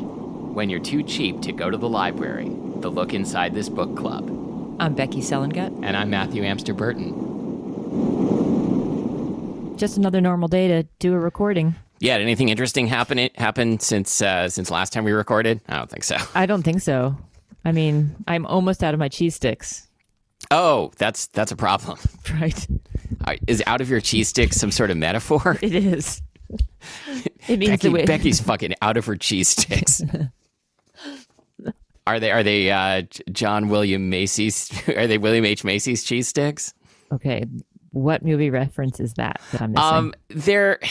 when you're too cheap to go to the library, the look inside this book club. I'm Becky Selengut. And I'm Matthew Amster Burton. Just another normal day to do a recording. Yeah, did anything interesting happen happen since uh, since last time we recorded? I don't think so. I don't think so. I mean, I'm almost out of my cheese sticks. Oh, that's that's a problem. Right. All right, Is out of your cheese stick some sort of metaphor? It is. It means Becky, the way Becky's fucking out of her cheese sticks. are they are they uh, J- John William Macy's? Are they William H Macy's cheese sticks? Okay. What movie reference is that that I'm missing? Um, there.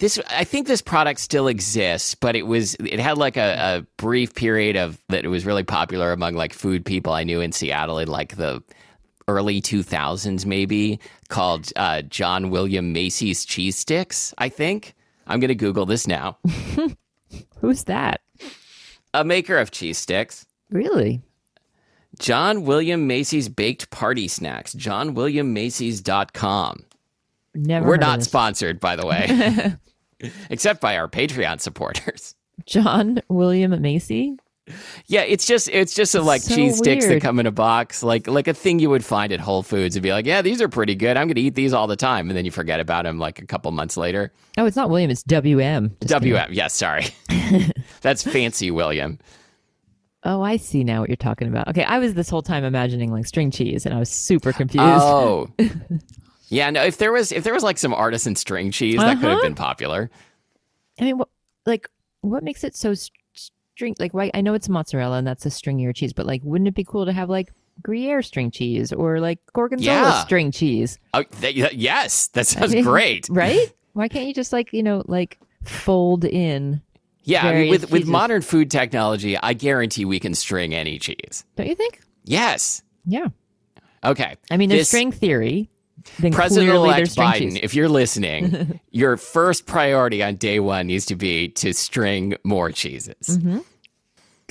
This I think this product still exists, but it was it had like a, a brief period of that it was really popular among like food people I knew in Seattle in like the early 2000s maybe called uh, John William Macy's cheese sticks. I think I'm gonna Google this now. Who's that? a maker of cheese sticks. Really? John William Macy's baked party snacks. JohnWilliamMacy's.com. Never. We're heard of not this. sponsored, by the way, except by our Patreon supporters. John William Macy. Yeah, it's just it's just a, like So cheese sticks that weird. come in a box, like like a thing you would find at Whole Foods and be like, yeah, these are pretty good. I'm gonna eat these all the time, and then you forget about them like a couple months later. Oh, it's not William. It's W.M. Just kidding. WM, yes, sorry, that's fancy William. Oh, I see now what you're talking about. Okay, I was this whole time imagining like string cheese, and I was super confused. Oh, yeah, no. If there was if there was like some artisan string cheese, that could have Uh-huh. been popular. I mean, what like what makes it so s- string? Like, why? I know it's mozzarella and that's a stringier cheese, but like, wouldn't it be cool to have like Gruyere string cheese or like Gorgonzola Yeah. string cheese? Oh, th- y- yes, that sounds mean, great. Right? why can't you just like you know like fold in? Yeah, I mean, various with with cheeses. modern food technology, I guarantee we can string any cheese. Don't you think? Yes. Yeah. Okay. I mean, there's This- string theory. Then clearly there's President-elect string Biden, cheese. if you're listening, your first priority on day one needs to be to string more cheeses. Mm-hmm.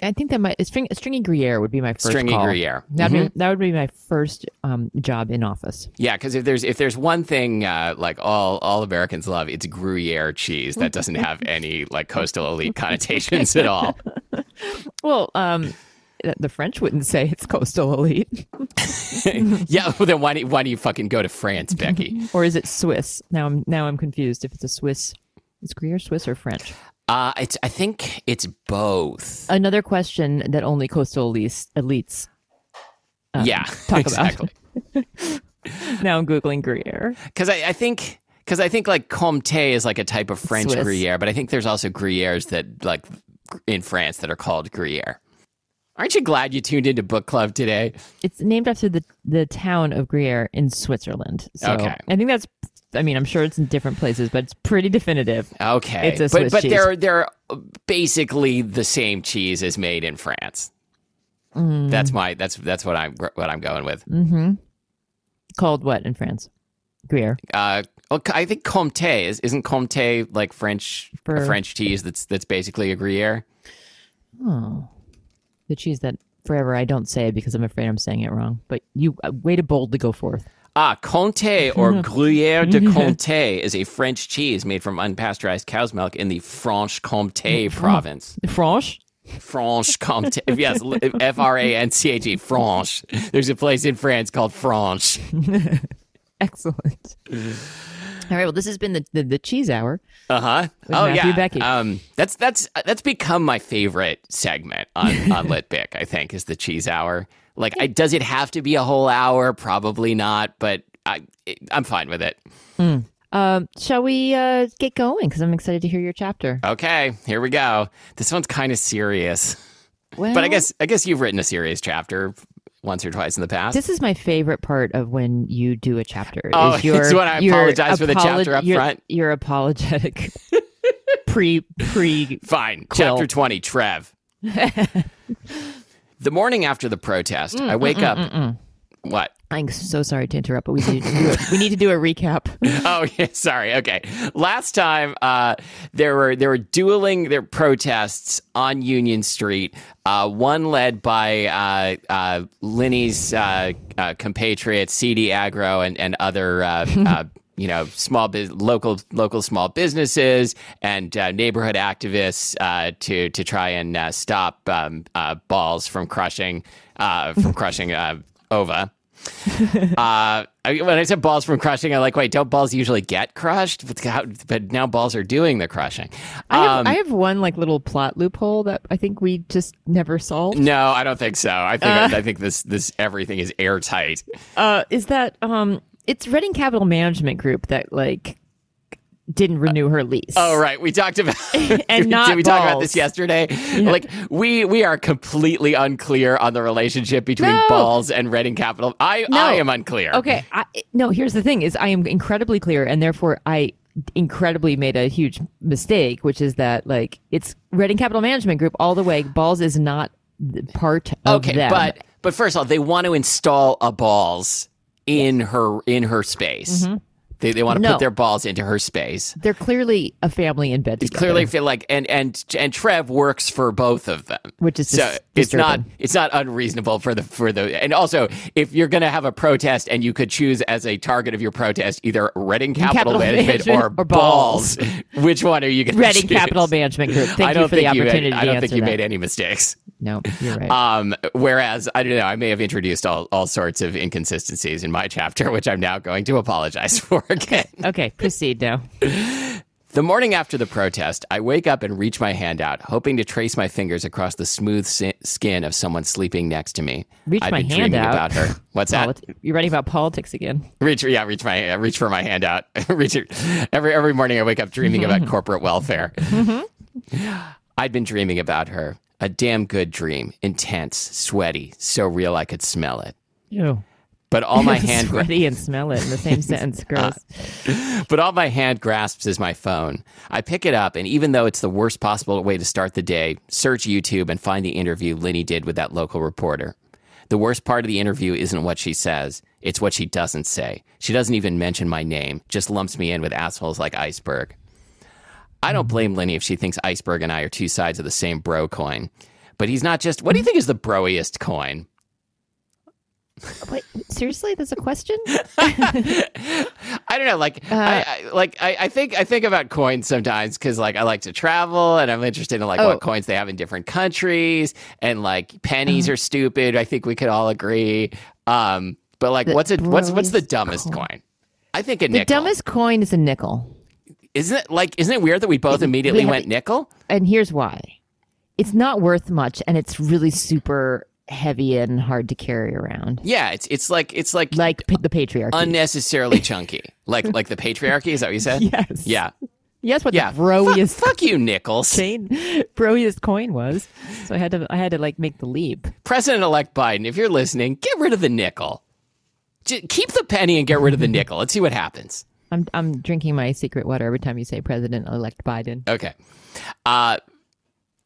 I think that my string stringy Gruyere would be my first Stringy call. Gruyere. Mm-hmm. That'd be that would be my first um, job in office. Yeah, because if there's if there's one thing uh, like all all Americans love, it's Gruyere cheese that doesn't have any like coastal elite connotations at all. Well, um, the French wouldn't say it's coastal elite. yeah, well, then why do, why do you fucking go to France, Becky? or is it Swiss? Now I'm now I'm confused if it's a Swiss. Is Gruyere Swiss or French? Uh, it's I think it's both. Another question that only coastal elites, elites. yeah, Uh, talk about. exactly. Now I'm googling Gruyere. Because I, I think because I think like Comte is like a type of French Swiss. Gruyere, but I think there's also Gruyères that like in France that are called Gruyere. Aren't you glad you tuned into book club today? It's named after the the town of Gruyere in Switzerland. So Okay. I think that's. I mean, I'm sure it's in different places, but it's pretty definitive. Okay, It's a but Swiss but cheese. they're they're basically the same cheese as made in France. Mm. That's my that's that's what I'm what I'm going with. Called what in France? Gruyere. Uh, well, I think Comte is isn't Comte like French a For- French cheese that's that's basically a Gruyere. Oh, the cheese that forever I don't say because I'm afraid I'm saying it wrong. But you, uh, way to boldly go forth. Ah, Comté or Gruyere de Comté is a French cheese made from unpasteurized cow's milk in the Franche-Comté province. Franche. Franche-Comté. yes, l- F-R-A-N-C-H-E, E, Franche. There's a place in France called Franche. Excellent. All right. Well, this has been the, the, the cheese hour. Uh-huh. oh, Matthew yeah. Becky. Um, that's, that's, that's become my favorite segment on, on Lit Bic, I think, is the cheese hour. Like, I, does it have to be a whole hour? Probably not, but I, I'm fine with it. Um, shall we uh, get going? Because I'm excited to hear your chapter. Okay, here we go. This one's kind of serious. Well, But I guess I guess you've written a serious chapter once or twice in the past. this is my favorite part of when you do a chapter. Oh, is your, it's when I your apologize for the chapter up your- front? Your apologetic pre pre. Fine. Quill. Chapter 20, Trev. the morning after the protest, I wake up. What? I'm so sorry to interrupt, but we need to do a, we need to do a recap. Oh, yeah, sorry. Okay. Last time, uh, there were there were dueling there were protests on Union Street. Uh, one led by uh, uh, Lenny's uh, uh, compatriots, CD Agro, and and other uh, uh, you know small biz- local local small businesses and uh, neighborhood activists uh, to to try and uh, stop um, uh, balls from crushing uh, from crushing uh, ova. uh, I- when I said balls from crushing, I like wait, don't balls usually get crushed? But, how, but now balls are doing the crushing. I have, Um, I have one like little plot loophole that I think we just never solved. No, I don't think so. I think I think this this everything is airtight. Uh, is that um, it's Reading Capital Management Group that like didn't renew her lease. Oh right, we talked about And did, not we talk about balls. this yesterday? Like we we are completely unclear on the relationship between No. balls and Reading Capital. I No. I am unclear. Okay. I, no, here's the thing: is I am incredibly clear, and therefore I incredibly made a huge mistake, which is that like it's Reading Capital Management Group all the way. Balls is not the part of Okay, them. but but first of all, they want to install a balls in her in her space. They they want to Mm-hmm. No. put their balls into her space. they're clearly a family in bed together. Clearly feel like and and and Trev works for both of them. which is so dis- it's not disturbing. it's not unreasonable for the for the and also if you're going to have a protest and you could choose as a target of your protest either Reading Capital, Capital Management, Management or, or balls, balls. which one are you going to Reading Capital Management Group. Thank I don't you for think the opportunity you made, I don't to think answer you that. made any mistakes. no, you're right. Um, whereas I don't know, I may have introduced all, all sorts of inconsistencies in my chapter, which I'm now going to apologize for again. okay, proceed now. The morning after the protest, I wake up and reach my hand out, hoping to trace my fingers across the smooth si- skin of someone sleeping next to me. Reach I've my been hand dreaming out. Oh, about her. What's that? Polit- you're writing about politics again. Reach, yeah, reach my, uh, reach for my hand out. reach it. every every morning. I wake up dreaming about corporate welfare. Mm-hmm. I'd been dreaming about her. A damn good dream, intense, sweaty, so real I could smell it. Ew. But all my hand, Uh, gra- sweaty and smell it in the same sentence. Gross. But all my hand grasps is my phone. I pick it up, and even though it's the worst possible way to start the day, search YouTube and find the interview Lenny did with that local reporter. The worst part of the interview isn't what she says, it's what she doesn't say. She doesn't even mention my name, just lumps me in with assholes like Iceberg. I don't blame Lenny if she thinks Iceberg and I are two sides of the same bro coin. But he's not just. What do you think is the broiest coin? Wait, seriously, there's a question. I don't know. Like, Uh-huh. I, I like I, I think I think about coins sometimes because like I like to travel and I'm interested in like Oh. what coins they have in different countries and like Uh-huh. pennies are stupid. I think we could all agree. Um, but like, The what's it? What's what's the broiest dumbest coin? coin. I think a The nickel. dumbest coin is a nickel. Isn't it like? Isn't it weird that we both immediately have- went nickel? and here's why it's not worth much and it's really super heavy and hard to carry around Yeah, it's it's like it's like like p- the patriarchy unnecessarily chunky. Like like the patriarchy. Is that what you said? yes Yeah. yes what Yeah. the broiest Fuck you, nickels. chain broiest coin was so i had to i had to like make the leap President elect Biden, if you're listening, get rid of the nickel. J- keep the penny and get rid of the nickel. Let's see what happens. i'm i'm drinking my secret water every time you say president elect biden Okay. Uh,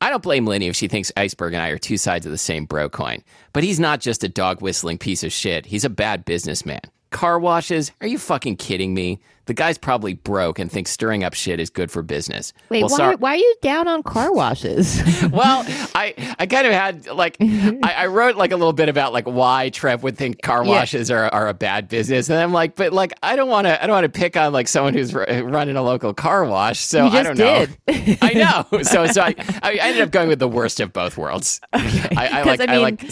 I don't blame Lenny if she thinks Iceberg and I are two sides of the same bro coin, but he's not just a dog whistling piece of shit. He's a bad businessman. Car washes? Are you fucking kidding me? The guy's probably broke and thinks stirring up shit is good for business. wait Well, why, sorry- why are you down on car washes well, I, I kind of had like I, I wrote like a little bit about like why Trev would think car washes are, are a bad business, and I'm like, but like I don't want to I don't want to pick on like someone who's r- running a local car wash, so You I don't just know. I know, so so I, I ended up going with the worst of both worlds. I, I 'Cause, like I I, mean- like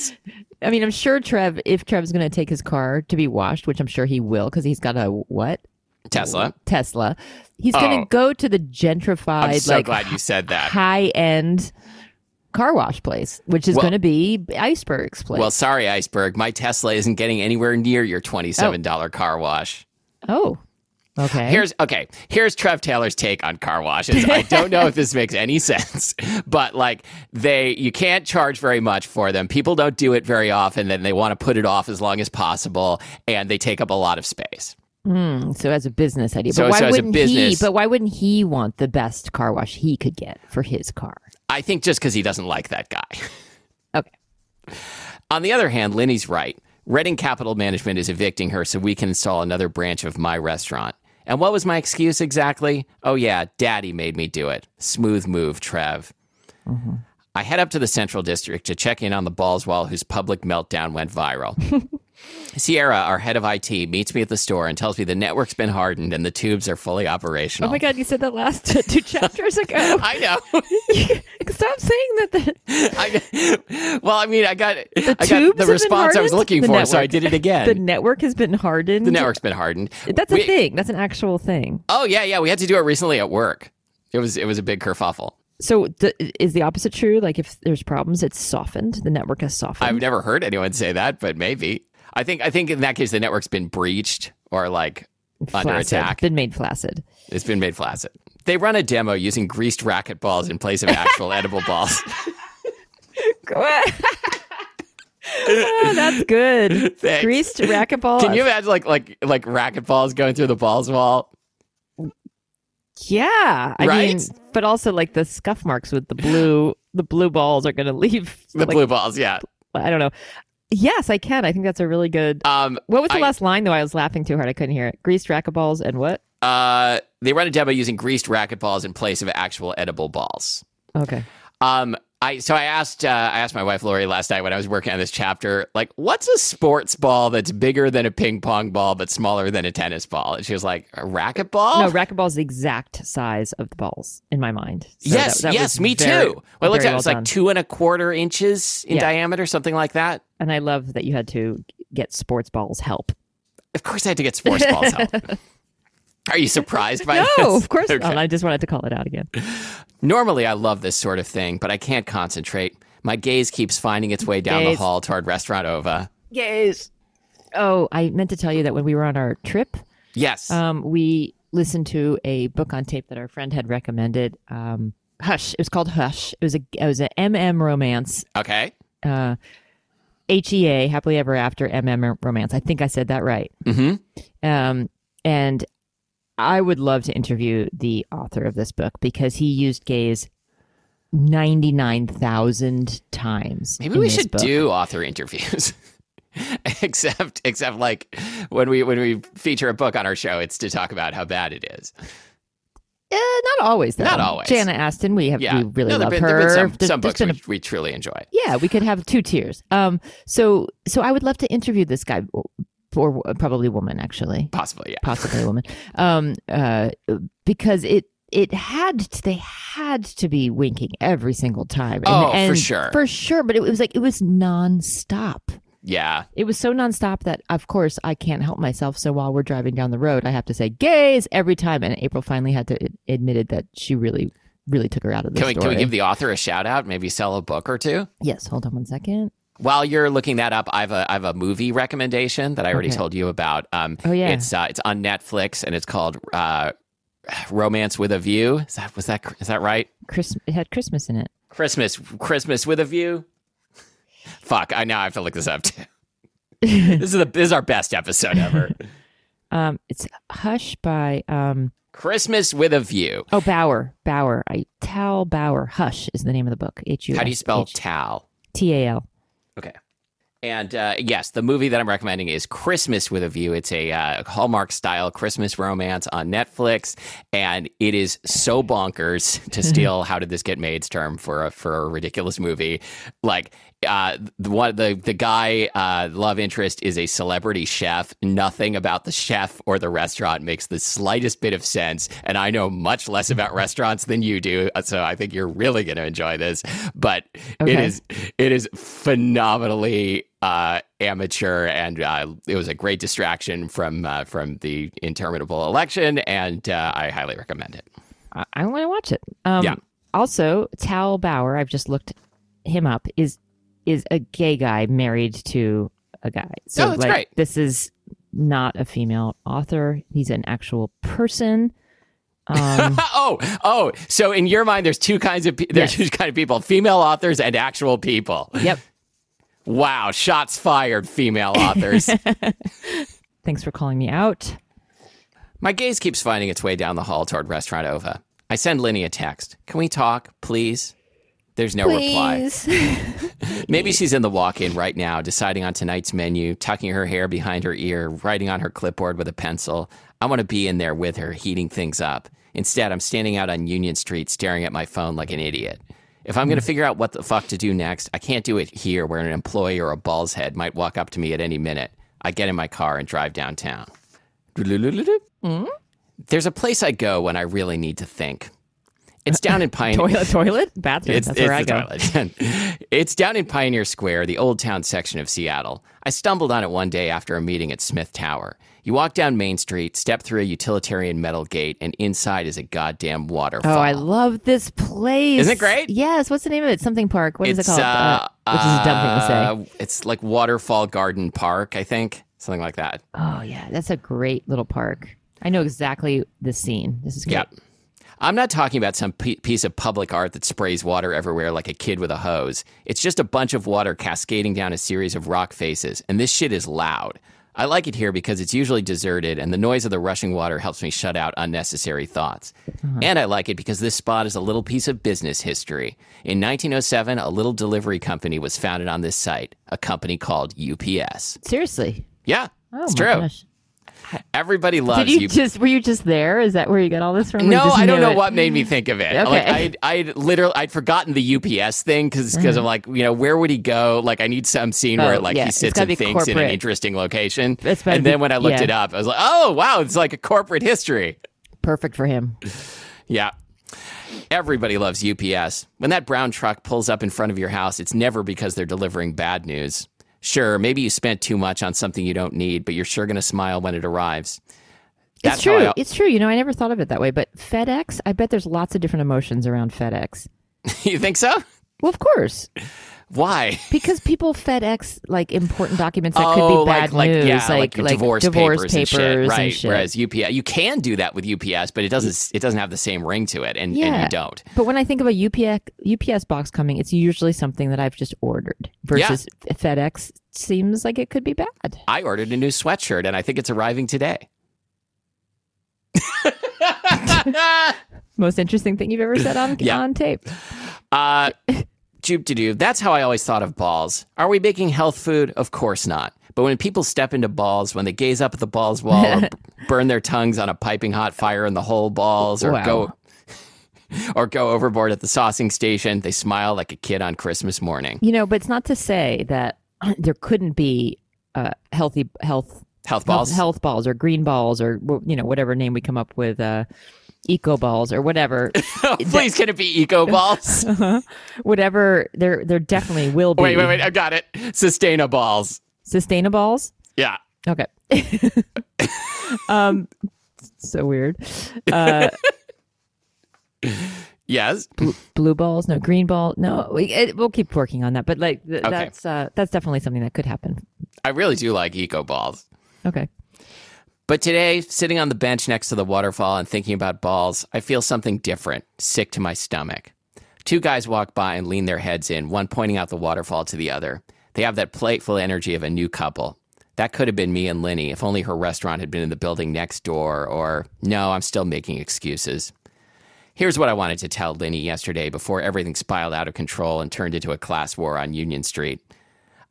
i mean i'm sure trev if trev's going to take his car to be washed which i'm sure he will because he's got a what Tesla. Tesla. He's Oh. going to go to the I'm gentrified, so like glad you said that. high end car wash place, which is Well- going to be Iceberg's place. Well, sorry, Iceberg. My Tesla isn't getting anywhere near your twenty-seven dollar car wash. oh, okay. Here's okay. Here's Trev Taylor's take on car washes. I don't know if this makes any sense, but like they, you can't charge very much for them. People don't do it very often. Then they want to put it off as long as possible, and they take up a lot of space. Mm, so as a business idea, So- but why so as a wouldn't he? business- But why wouldn't he want the best car wash he could get for his car? I think just because he doesn't like that guy. Okay. On the other hand, Lenny's right. Reading Capital Management is evicting her so we can install another branch of my restaurant. And what was my excuse exactly? Oh, yeah, daddy made me do it. Smooth move, Trev. Mm-hmm. I head up to the Central District to check in on the Balls wall whose public meltdown went viral. Sierra, our head of IT, meets me at the store and tells me the network's been hardened and the tubes are fully Oh operational. my god, you said that last two chapters ago. I know. Stop saying that. The, I, well, I mean, I got the, I got tubes have the been response I was hardened? looking The for, so I network. did it again. the the, network has been hardened. network's been hardened. That's We- a thing. That's an actual thing. Oh yeah, yeah. We had to do it recently at work. It was it was a big kerfuffle. So the, is the opposite true? Like if there's problems, it's softened. The network has softened. I've never heard anyone say that, but maybe. I think I think in that case the network's been breached or like under Flaccid. attack. Been made flaccid. It's been made flaccid. They run a demo using greased racket balls in place of actual edible balls. oh, that's good. Thanks. Greased racquetball. Can you imagine like like like racket balls going through the balls wall? Yeah, I mean, Right? but also like the scuff marks with the blue, the blue balls are going to leave. The like, blue balls, yeah. I don't know. Yes, I can. I think that's a really good. Um What was the I- last line though? I was laughing too hard. I couldn't hear it. Greased racquetballs and what? uh they run a demo using greased racket balls in place of actual edible balls. Okay. Um, I so I asked uh, I asked my wife Lori last night when I was working on this chapter, like, what's a sports ball that's bigger than a ping pong ball but smaller than a tennis ball? And she was like, a racket ball. No, racquetball is the exact size of the balls in my mind. So yes, that- that yes, was me very- too. When I looked at it, it very well was done. like two and a quarter inches in Yeah. diameter, something like that. and I love that you had to get sports balls help. Of course, I had to get sports balls out. Are you surprised by this? No, of course Okay. not. I just wanted to call it out again. Normally, I love this sort of thing, but I can't concentrate. My gaze keeps finding its way down Gaze. the hall toward Restaurant Ova. Yes. Oh, I meant to tell you that when we were on our trip, Yes. um, we listened to a book on tape that our friend had recommended. Um, Hush. It was called Hush. It was a it was a MM romance. okay. Uh, HEA, happily ever after MM romance. I think I said that right. hmm Um, and I would love to interview the author of this book because he used gays ninety nine thousand times. Maybe in we this should book. do author interviews. except except like when we when we feature a book on our show, it's to talk about how bad it is. Eh, not always. Though. Not always. Jana Aston, we have Yeah. we really No, love there've been, her. there've been some, There's- some there's books been a- we, we truly enjoy. yeah, we could have two tiers. Um, so so I would love to interview this guy, or probably woman actually, Possibly, yeah. possibly a woman, um, uh, because it it had they had to be winking every single time. And, Oh, for and sure. for sure. But it, was like it was nonstop. Yeah. It was so nonstop that, of course, I can't help myself. So while we're driving down the road, I have to say gays every time. And April finally had to admitted that she really, really took her out of the Can we, story. can we give the author a shout out? Maybe sell a book or two? yes, hold on one second. While you're looking that up, I've a I've a movie recommendation that I already Okay. told you about. Um, Oh yeah, it's uh, it's on Netflix and it's called uh, Romance with a View. Is that was that is that right? Christ- it had Christmas in it. Christmas, Christmas with a view. Fuck, I now I have to look this up too. this is the this is our best episode ever. Um, it's Hush by um Christmas with a view. oh Bauer Bauer I Tal Bauer Hush is the name of the book. H U. How do you spell H- towel? T A L? Okay. And uh, yes, the movie that I'm recommending is Christmas with a View. It's a uh, Hallmark style Christmas romance on Netflix, and it is so bonkers to steal "How did this get made?"'s term for a, for a ridiculous movie. Like uh, the one the the guy uh, love interest is a celebrity chef. Nothing about the chef or the restaurant makes the slightest bit of sense, and I know much less about restaurants than you do, uh, so I think you're really going to enjoy this. But it Okay. is it is phenomenally uh, amateur, and uh, it was a great distraction from uh, from the interminable election, and uh, I highly recommend it. I, I want to watch it. Um, Yeah. Also, Tal Bauer, I've just looked him up. Is is a gay guy married to a guy? So Oh, that's like, great. This is not a female author. He's an actual person. Um, oh, oh! So in your mind, there's two kinds of pe- there's Yes. two kind of people: female authors and actual people. yep. Wow! Shots fired, female authors. Thanks for calling me out. My gaze keeps finding its way down the hall toward Restaurant Ova. I send Linny a text. Can we talk, please? There's no reply. Maybe she's in the walk in right now, deciding on tonight's menu, tucking her hair behind her ear, writing on her clipboard with a pencil. I want to be in there with her, heating things up. Instead, I'm standing out on Union Street staring at my phone like an idiot. If I'm going to figure out what the fuck to do next, I can't do it here where an employee or a ball's head might walk up to me at any minute. I get in my car and drive downtown. There's a place I go when I really need to think. It's down in Pioneer. Toilet, toilet, bathroom. It's, That's it's where I the go. toilet. it's down in Pioneer Square, the old town section of Seattle. I stumbled on it one day after a meeting at Smith Tower. You walk down Main Street, step through a utilitarian metal gate, and inside is a goddamn waterfall. Oh, I love this place. Isn't it great? Yes. What's the name of it? Something Park. What is it called? Uh, which is a dumb thing to say. to say. uh, It's like Waterfall Garden Park, I think, something like that. Oh yeah, that's a great little park. I know exactly the scene. This is great. Yeah. I'm not talking about some p- piece of public art that sprays water everywhere like a kid with a hose. It's just a bunch of water cascading down a series of rock faces, and this shit is loud. I like it here because it's usually deserted, and the noise of the rushing water helps me shut out unnecessary thoughts. Uh-huh. And I like it because this spot is a little piece of business history. In 1907, a little delivery company was founded on this site, a company called UPS. Seriously. Yeah, Oh it's my true. gosh. Everybody loves Did you UPS. just were you just there? Is that where you got all this from? Or you No, just I don't knew know it? what made me think of it. Okay. Like I'd, I'd literally, I'd forgotten the UPS thing because I'm like, you know, where would he go? Like, I need some scene where Uh-huh. Oh, like yeah. he It's sits gotta and be thinks in an corporate. interesting location. It's gotta And then be- when I looked yeah. it up, I was like, oh wow, it's like a corporate history. Perfect for him. Yeah. Everybody loves UPS. When that brown truck pulls up in front of your house, it's never because they're delivering bad news. Sure, maybe you spent too much on something you don't need, but you're sure going to smile when it arrives. It's how I- true. it's true. You know, I never thought of it that way, but FedEx, I bet there's lots of different emotions around FedEx. you think so? Well, of course, Why? because people FedEx like important documents that could oh, be bad like, news, like, yeah, like, divorce, papers, and shit, papers right? and shit. Whereas UPS, you can do that with UPS, but it doesn't. It doesn't have the same ring to it, and, and Yeah. you don't. But when I think of a UPS UPS box coming, it's usually something that I've just ordered. Versus FedEx seems like it could be bad. I ordered a new sweatshirt, and I think it's arriving today. Most interesting thing you've ever said on Yeah. on tape. Uh, Joop to do. That's how I always thought of balls. Are we making health food? Of course not. But when people step into balls, when they gaze up at the balls wall or b- burn their tongues on a piping hot fire in the whole balls or Wow. go or go overboard at the saucing station, they smile like a kid on Christmas morning. You know, but it's not to say that there couldn't be uh, healthy health Health balls. health, health balls or green balls or wh- you know whatever name we come up with, uh, eco balls or whatever, Please can it be eco balls? whatever. There there definitely will be wait, wait, wait. I've got it. Sustaina balls. sustainables. Yeah. Okay. um, so weird. Uh, Yes. blue balls, no green ball, no. We, it, we'll keep working on that, but like th- Okay. that's uh, that's definitely something that could happen. I really do like eco balls. Okay. But today, sitting on the bench next to the waterfall and thinking about balls, I feel something different, sick to my stomach. Two guys walk by and lean their heads in, one pointing out the waterfall to the other. They have that playful energy of a new couple. That could have been me and Lenny if only her restaurant had been in the building next door, or no, I'm still making excuses. Here's what I wanted to tell Lenny yesterday before everything spiraled out of control and turned into a class war on Union Street.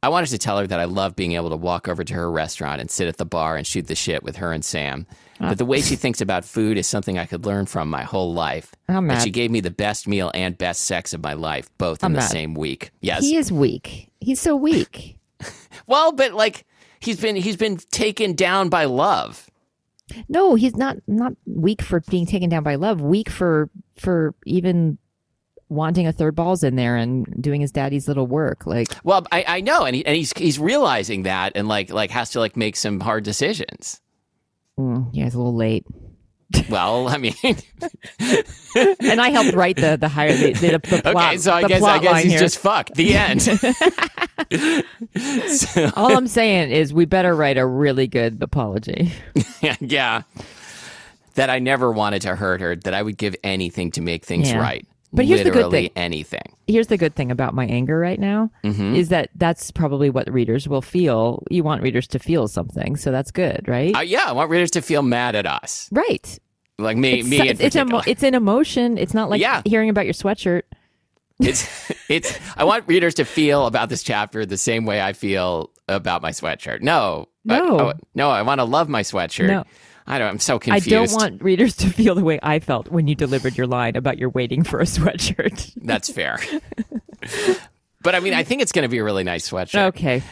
I wanted to tell her that I love being able to walk over to her restaurant and sit at the bar and shoot the shit with her and Sam. But the way she thinks about food is something I could learn from my whole life. I'm And mad. she gave me the best meal and best sex of my life, both in I'm the mad. same week. Yes. He is weak. He's so weak. well, but like he's been he's been taken down by love. No, he's not not weak for being taken down by love. Weak for for even wanting a third balls in there and doing his daddy's little work. Like Well, I, I know, and, he, and he's he's realizing that, and like like has to like make some hard decisions. mm, yeah, it's a little late. Well, I mean, And I helped write the the higher the, the, the plot. okay, so I the guess I plot guess line he's here. just fucked. The end. So- All I'm saying is we better write a really good apology. yeah. That I never wanted to hurt her, that I would give anything to make things Yeah. right. But here's the good Literally thing. anything. here's the good thing about my anger right now Mm-hmm. is that that's probably what readers will feel. You want readers to feel something, so that's good, right? Uh, yeah, I want readers to feel mad at us. right. Like me, It's, me in it's, it's, particular. emo- it's an emotion. It's not like Yeah. hearing about your sweatshirt. It's it's I want readers to feel about this chapter the same way I feel about my sweatshirt. No. I- No. I, no, I want to love my sweatshirt. No. I don't I'm so I confused. don't want readers to feel the way I felt when you delivered your line about your waiting for a sweatshirt. That's fair. but I mean, I think it's going to be a really nice sweatshirt. okay.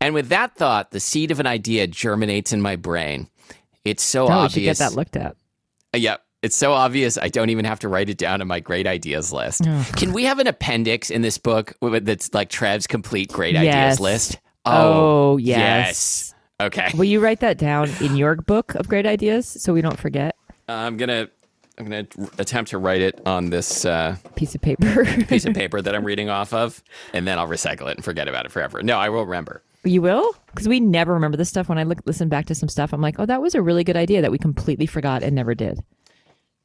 And with that thought, the seed of an idea germinates in my brain. It's so Oh, we should get obvious. that looked at. Uh, Yep. It's so obvious. I don't even have to write it down in my great ideas list. Ugh. Can we have an appendix in this book with- that's like Trev's complete great Yes. ideas list? Oh, yes. Okay. Will you write that down in your book of great ideas so we don't forget? Uh, I'm gonna I'm gonna attempt to write it on this uh, Piece of paper. piece of paper that I'm reading off of, and then I'll recycle it and forget about it forever. No, I will remember. you will? Because we never remember this stuff. When I look, listen back to some stuff, I'm like, oh, that was a really good idea that we completely forgot and never did.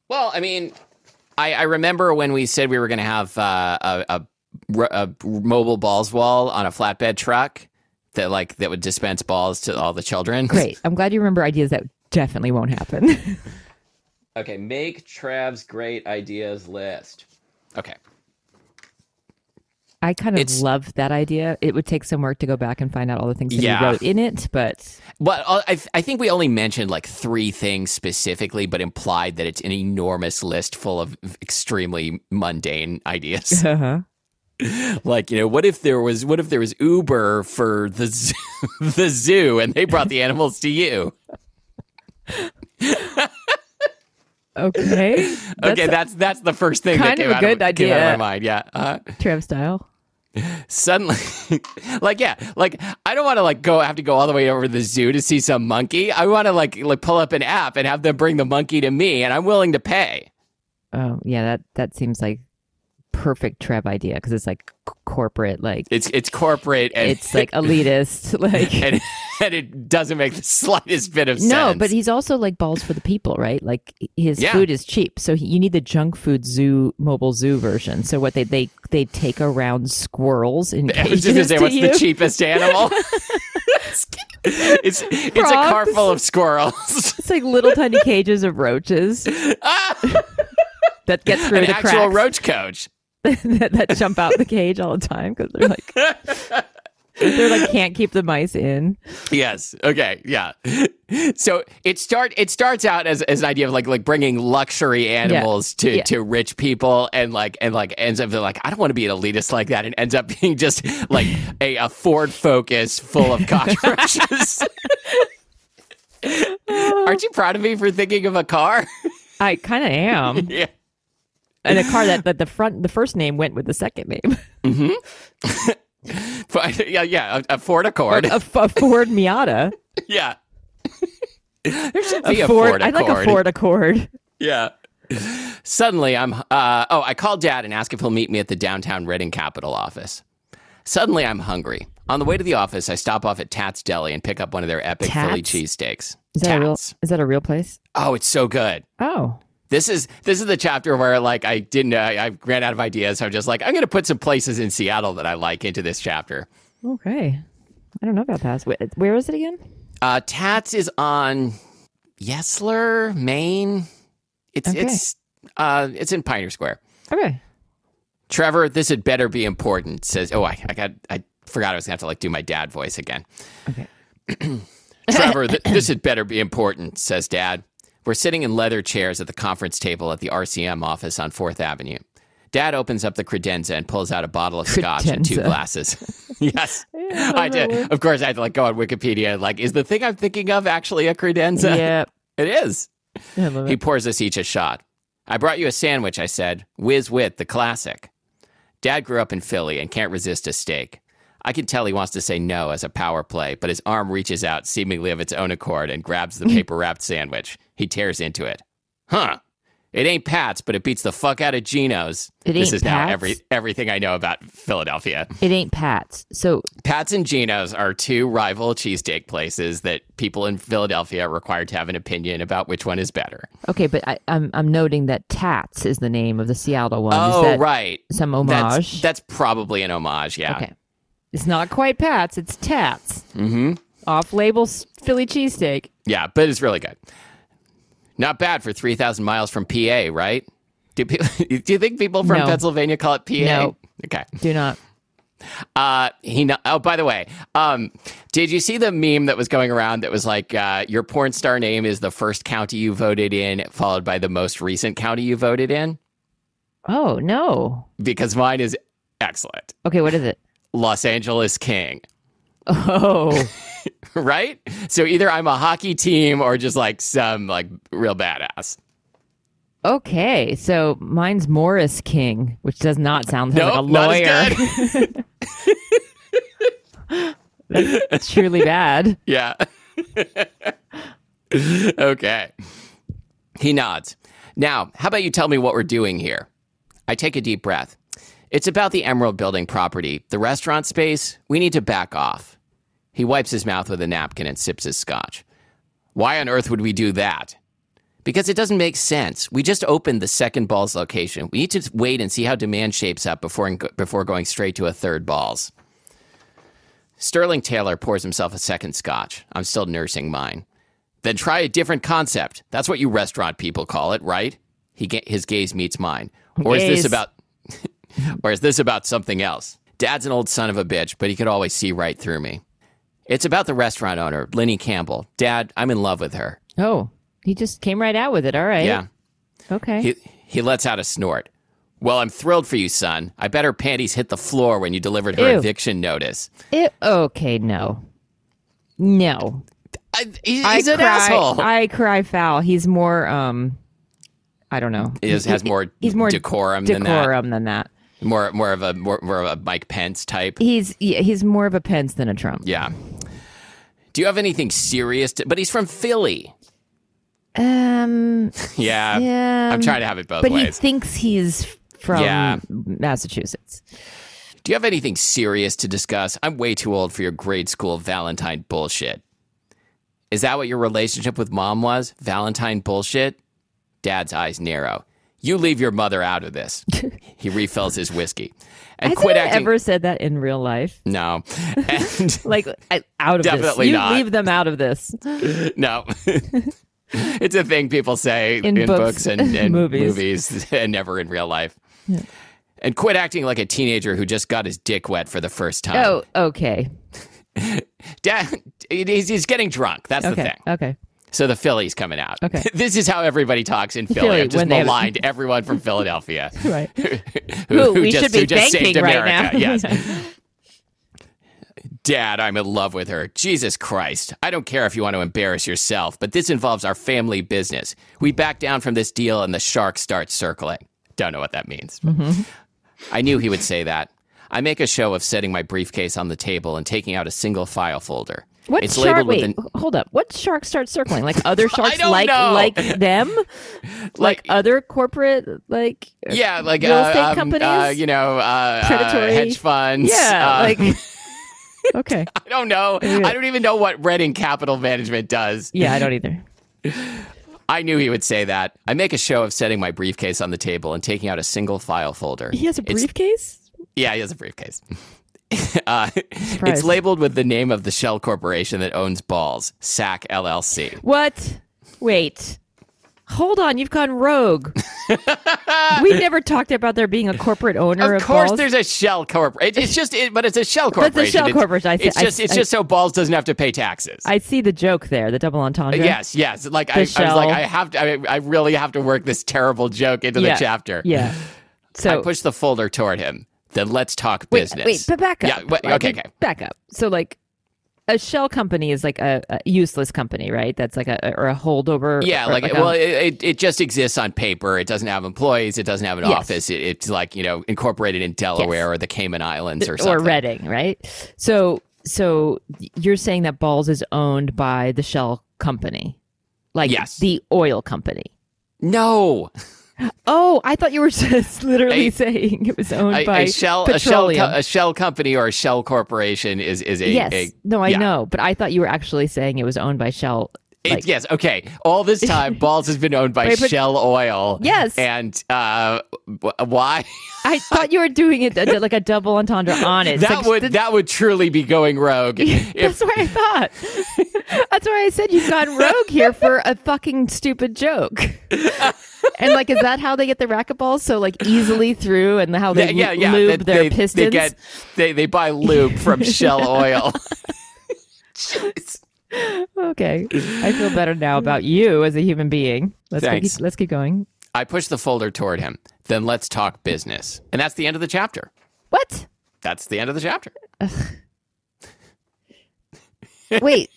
Well, I mean, I, I remember when we said we were gonna have uh, a, a r- a mobile balls wall on a flatbed truck that like that would dispense balls to all the children. Great. I'm glad you remember ideas that definitely won't happen. Okay, make Trav's great ideas list. Okay. I kind of It's- love that idea. It would take some work to go back and find out all the things that Yeah. you wrote in it, but Well, I, I th- I think we only mentioned like three things specifically, but implied that it's an enormous list full of extremely mundane ideas. uh-huh. like, you know, what if there was what if there was Uber for the zoo, the zoo and they brought the animals to you? okay. okay, that's that's the first thing that kind of came, a out, good of, came out idea. of my mind. Yeah. Uh, Trev style. suddenly like yeah like i don't want to like go have to go all the way over to the zoo to see some monkey i want to like like pull up an app and have them bring the monkey to me and i'm willing to pay Oh yeah, that that seems like perfect Trev idea because it's like c- corporate, like it's it's corporate and it's like elitist, like and, and it doesn't make the slightest bit of sense no, but he's also like balls for the people, right? Like his Yeah. food is cheap, so he, you need the junk food zoo mobile zoo version. So what they they they take around squirrels in i cages was just gonna say to what's you. the cheapest animal it's it's a car Frogs. full of squirrels It's like little tiny cages of roaches that get through Ah! an the actual cracks roach coach that, that jump out the cage all the time because they're like they're like can't keep the mice in. Yes. Okay. Yeah. So it start it starts out as, as an idea of like like bringing luxury animals to Yeah. to rich people and like and like ends up they're like I don't want to be an elitist like that and ends up being just like a, a Ford Focus full of cockroaches. Aren't you proud of me for thinking of a car? I kind of am. yeah. and a car that, that the front the first name went with the second name But, yeah. Yeah. A, a Ford Accord. a, F- a ford miata yeah. there should be a, ford, Ford, i like Accord. a ford accord Yeah. Suddenly, I'm. Uh, oh, I called Dad and asked if he'll meet me at the downtown Reading Capitol office. Suddenly, I'm hungry. On the way to the office, I stop off at Tats Deli and pick up one of their epic Philly Tats? cheesesteaks. is that a real Tats. is that a real place Oh, it's so good. oh This is this is the chapter where like I didn't. Uh, I ran out of ideas. So I'm just like I'm going to put some places in Seattle that I like into this chapter. okay i don't know about that Wait, where is it again Uh, Tats is on Yesler, Maine. It's Okay. it's uh, it's in Pioneer Square. okay Trevor, this had better be important, says Oh, I, I got I forgot I was gonna have to like do my dad voice again. Okay. Trevor, th- this had better be important, says Dad. We're sitting in leather chairs at the conference table at the RCM office on Fourth Avenue. Dad opens up the credenza and pulls out a bottle of scotch and two Credenza. glasses. yes, Yeah, I I love that did. word. Of course, I had to like go on Wikipedia. Like, is the thing I'm thinking of actually a credenza? yeah it is. I love He it. pours us each a shot. I brought you a sandwich, I said. Whiz wit, the classic. Dad grew up in Philly and can't resist a steak. I can tell he wants to say no as a power play, but his arm reaches out seemingly of its own accord and grabs Hmm. the paper wrapped sandwich. He tears into it. Huh. It ain't Pat's, but it beats the fuck out of Geno's. It this ain't is now Pat's? every everything I know about Philadelphia. it ain't pat's so Pat's and Geno's are two rival cheesesteak places that people in Philadelphia are required to have an opinion about which one is better. okay but I, i'm i'm noting that tats is the name of the seattle one oh, is that right. some That's, homage that's probably an homage, yeah. okay it's not quite pat's it's tats Mhm. off-label s- philly cheesesteak Yeah, but it's really good. Not bad for 3,000 miles from PA, right? Do, people, do you think people from No. Pennsylvania call it PA? No. Okay. do not Uh, he. kno- Oh, by the way, um, did you see the meme that was going around that was like, uh, your porn star name is the first county you voted in, followed by the most recent county you voted in? oh no Because mine is excellent Okay, what is it? Los Angeles King. Oh, right? So either I'm a hockey team or just like some like real badass. okay. So mine's Morris King, which does not sound sound Nope, not like as a lawyer. good. That's truly bad. yeah. okay. He nods. Now, how about you tell me what we're doing here? I take a deep breath. It's about the Emerald Building property, the restaurant space. We need to back off. He wipes his mouth with a napkin and sips his scotch. Why on earth would we do that? Because it doesn't make sense. We just opened the second balls location. We need to wait and see how demand shapes up before, before going straight to a third balls. Sterling Taylor pours himself a second scotch. I'm still nursing mine. Then try a different concept. That's what you restaurant people call it, right? He ga- his gaze meets mine. Or is this Gaze. about or is this about something else? Dad's an old son of a bitch, but he could always see right through me. It's about the restaurant owner, Lenny Campbell. Dad, I'm in love with her. Oh, he just came right out with it. All right. Yeah. Okay. He he lets out a snort. Well, I'm thrilled for you, son. I bet her panties hit the floor when you delivered her Ew. eviction notice. Ew, okay. No. No. I, he- he's I an cry, asshole. I cry foul. He's more. Um. I don't know. He is- has more He's more decorum, um, than that. decorum than that. More more of a more, more of a Mike Pence type. He's yeah, he's more of a Pence than a Trump. Yeah. Do you have anything serious? To, but he's from Philly. Um. Yeah. Yeah. um, I'm trying to have it both But he ways. thinks he's from Yeah. Massachusetts. Do you have anything serious to discuss? I'm way too old for your grade school Valentine bullshit. Is that what your relationship with mom was? Valentine bullshit? Dad's eyes narrow. You leave your mother out of this. he refills his whiskey. And Has quit anyone acting. ever said that in real life? no. And Like I- out of Definitely this. You not. leave them out of this. no. it's a thing people say in, In books, books, and, and movies. movies. and never in real life. And quit acting like a teenager who just got his dick wet for the first time. Oh, okay. Dad, he's, he's getting drunk. That's the Okay. thing. Okay. So the Phillies coming out. Okay. this is how everybody talks in Philly. Philly, I've just when they have- maligned everyone from Philadelphia. Right. Who, we should be saved thanking right America. now. yes. Dad, I'm in love with her. Jesus Christ. I don't care if you want to embarrass yourself, but this involves our family business. We back down from this deal and the shark starts circling. Don't know what that means. but- Mm-hmm. I knew he would say that. I make a show of setting my briefcase on the table and taking out a single file folder. What it's shark? labeled Wait, with an hold up. What sharks start circling? Like other sharks, don't like know. like them, like Like- other corporate, like Yeah, like Real uh, estate um, companies? uh, you know, uh, Predatory- uh, hedge funds. yeah, uh, like okay, I don't know. I don't even know what Reading Capital Management does. yeah, I don't either. I knew he would say that. I make a show of setting my briefcase on the table and taking out a single file folder. He has a It's- briefcase. yeah, he has a briefcase. uh, it's Surprised. labeled with the name of the shell corporation that owns balls, SAC LLC. What? Wait. Hold on, you've gone rogue. we never talked about there being a corporate owner of, Of course, balls. there's a shell corporation. It's just, it, but it's a shell corporation. That's a shell corporation. I It's, see- it's just, I- it's I- just so balls doesn't have to pay taxes. I see the joke there, the double entendre. Uh, Yes, yes. Like I, I was shell. like, I have to. I, I really have to work this terrible joke into yeah. the chapter. Yeah. So I push the folder toward him. Then let's talk wait, business. Wait, but back up. Yeah. Wait, Like, okay. Okay. Back up. So like. A shell company is like a, a useless company, right? That's like a or a holdover. Yeah. or Like, a- well, it, it it just exists on paper. It doesn't have employees. It doesn't have an Yes. office. It, it's like you know incorporated in Delaware or the Cayman Islands or or something. Reading, right? So so you're saying that Balls is owned by the shell company, like Yes. the oil company. No, Oh, I thought you were just literally saying it was owned a, by a shell, a shell, petroleum. co- a shell company or a shell corporation is is a, yes, a no, I yeah. know, but I thought you were actually saying it was owned by Shell. It- Like, yes. Okay. All this time, Balls has been owned by Wait, but- Shell Oil. Yes. And uh, w- why? I thought you were doing it uh, like a double entendre on it. It's that like, would that would truly be going rogue. if That's what I thought. That's why I said you've gone rogue here for a fucking stupid joke. and like, is that how they get the racquetballs so like easily through, and how they they- yeah, yeah. lube that their they, pistons? They, get, they they buy lube from Shell Oil. Okay, I feel better now about you as a human being. Let's Thanks. Keep, let's keep going. I push the folder toward him. Then let's talk business. And that's the end of the chapter. What? That's the end of the chapter. Wait.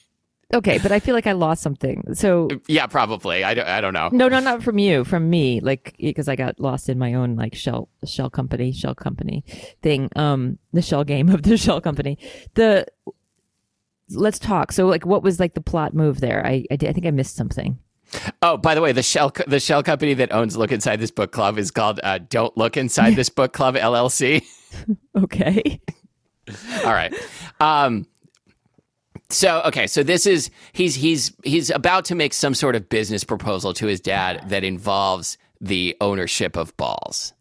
Okay, but I feel like I lost something. So yeah, probably. I don't, I don't know. no, no, not from you, from me. Like because I got lost in my own like shell shell company shell company thing. Um, the shell game of the shell company. The let's talk. So like, what was like the plot move there? I I, did, I think I missed something. Oh, by the way, the shell co- the shell company that owns Look Inside This Book Club is called uh, Don't Look Inside This Book Club LLC. Okay. All right. Um, so okay, so this is he's he's he's about to make some sort of business proposal to his dad that involves the ownership of balls.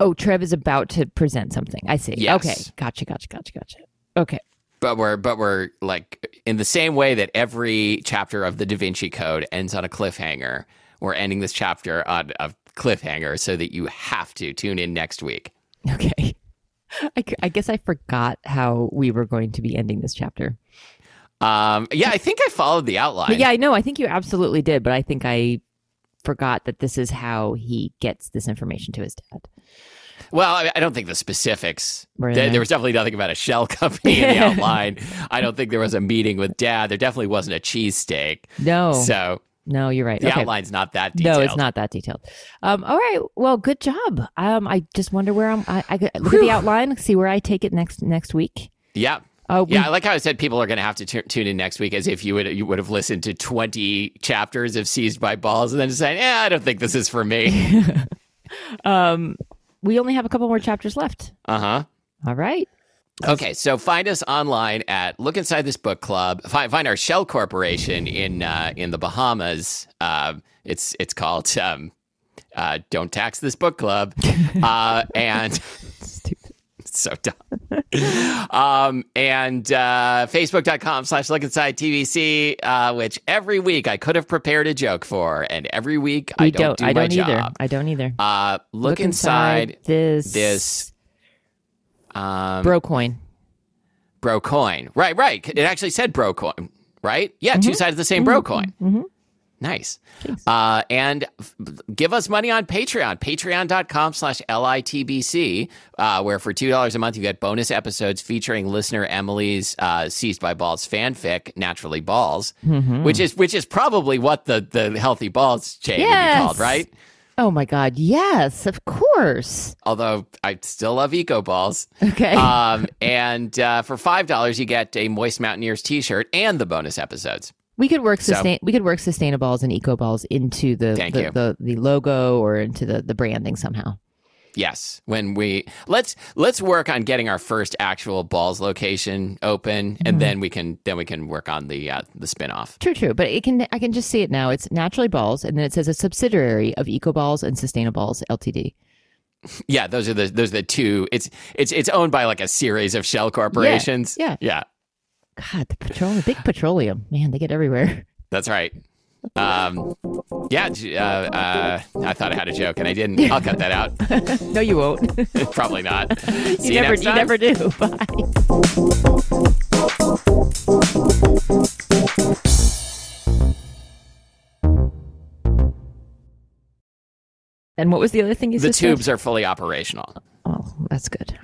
Oh, Trev is about to present something. I see. Yes. Okay. Gotcha. Gotcha. Gotcha. Gotcha. Okay. But we're but we're like in the same way that every chapter of the Da Vinci Code ends on a cliffhanger. We're ending this chapter on a cliffhanger so that you have to tune in next week. Okay. I, c- I guess I forgot how we were going to be ending this chapter. Um, yeah, I think I followed the outline. But yeah, I know. I think you absolutely did, but I think I forgot that this is how he gets this information to his dad. Well, I, I don't think the specifics. Were in there, there. there was definitely nothing about a shell company in the outline. I don't think there was a meeting with dad. There definitely wasn't a cheesesteak. No. So no, you're right. the Oh. okay. outline's not that detailed. No, it's not that detailed. Um, all right. Well, good job. Um, I just wonder where I'm. I, I could- look Whew. at the outline, see where I take it next next week. Yeah. Oh, we Yeah, I like how I said people are going to have to tu- tune in next week, as if you would you would have listened to twenty chapters of Seized by Balls, and then decided, "Yeah, I don't think this is for me." um, we only have a couple more chapters left. Uh huh. All right. Okay, so find us online at Look Inside This Book Club. Find, find our shell corporation in uh, in the Bahamas. Um it's it's called um, uh, Don't Tax This Book Club, uh, and Stupid. so dumb. um, and uh, Facebook.com slash Look Inside TVC, uh, which every week I could have prepared a joke for, and every week We I don't, do I my don't either. job. I don't either. Uh, look, inside, this this um, bro coin. bro coin. Right, right. It actually said bro coin, right? Yeah, two sides of the same bro coin. Nice. Uh, and f- give us money on Patreon, patreon.com slash LITBC, uh, where for $2 a month you get bonus episodes featuring listener Emily's uh, Seized by Balls fanfic, Naturally Balls, which is which is probably what the, the Healthy Balls chain would be Yes. called, right? Oh my God! Yes, of course. Although I still love Eco Balls. Okay. um, and uh, for $5 you get a Moist Mountaineers t-shirt and the bonus episodes. we could work so- sustain. we could work sustainables and eco balls into the Thank the, you. the the logo or into the the branding somehow. Yes, when we let's let's work on getting our first actual balls location open, Mm-hmm. and then we can then we can work on the uh, the spinoff. True, true. But it can I can just see it now. It's naturally balls, and then it says a subsidiary of eco balls and sustainables Ltd. Yeah, those are the those are the two. It's it's it's owned by like a series of shell corporations. yeah. yeah, God, the petroleum, big petroleum, man, they get everywhere. that's right. Um, yeah, j- uh, uh, I thought I had a joke and I didn't. I'll cut that out. No, you won't. Probably not. See you never, next you time. never do. Bye. And what was the other thing you The just said? tubes are fully operational. Oh, that's good.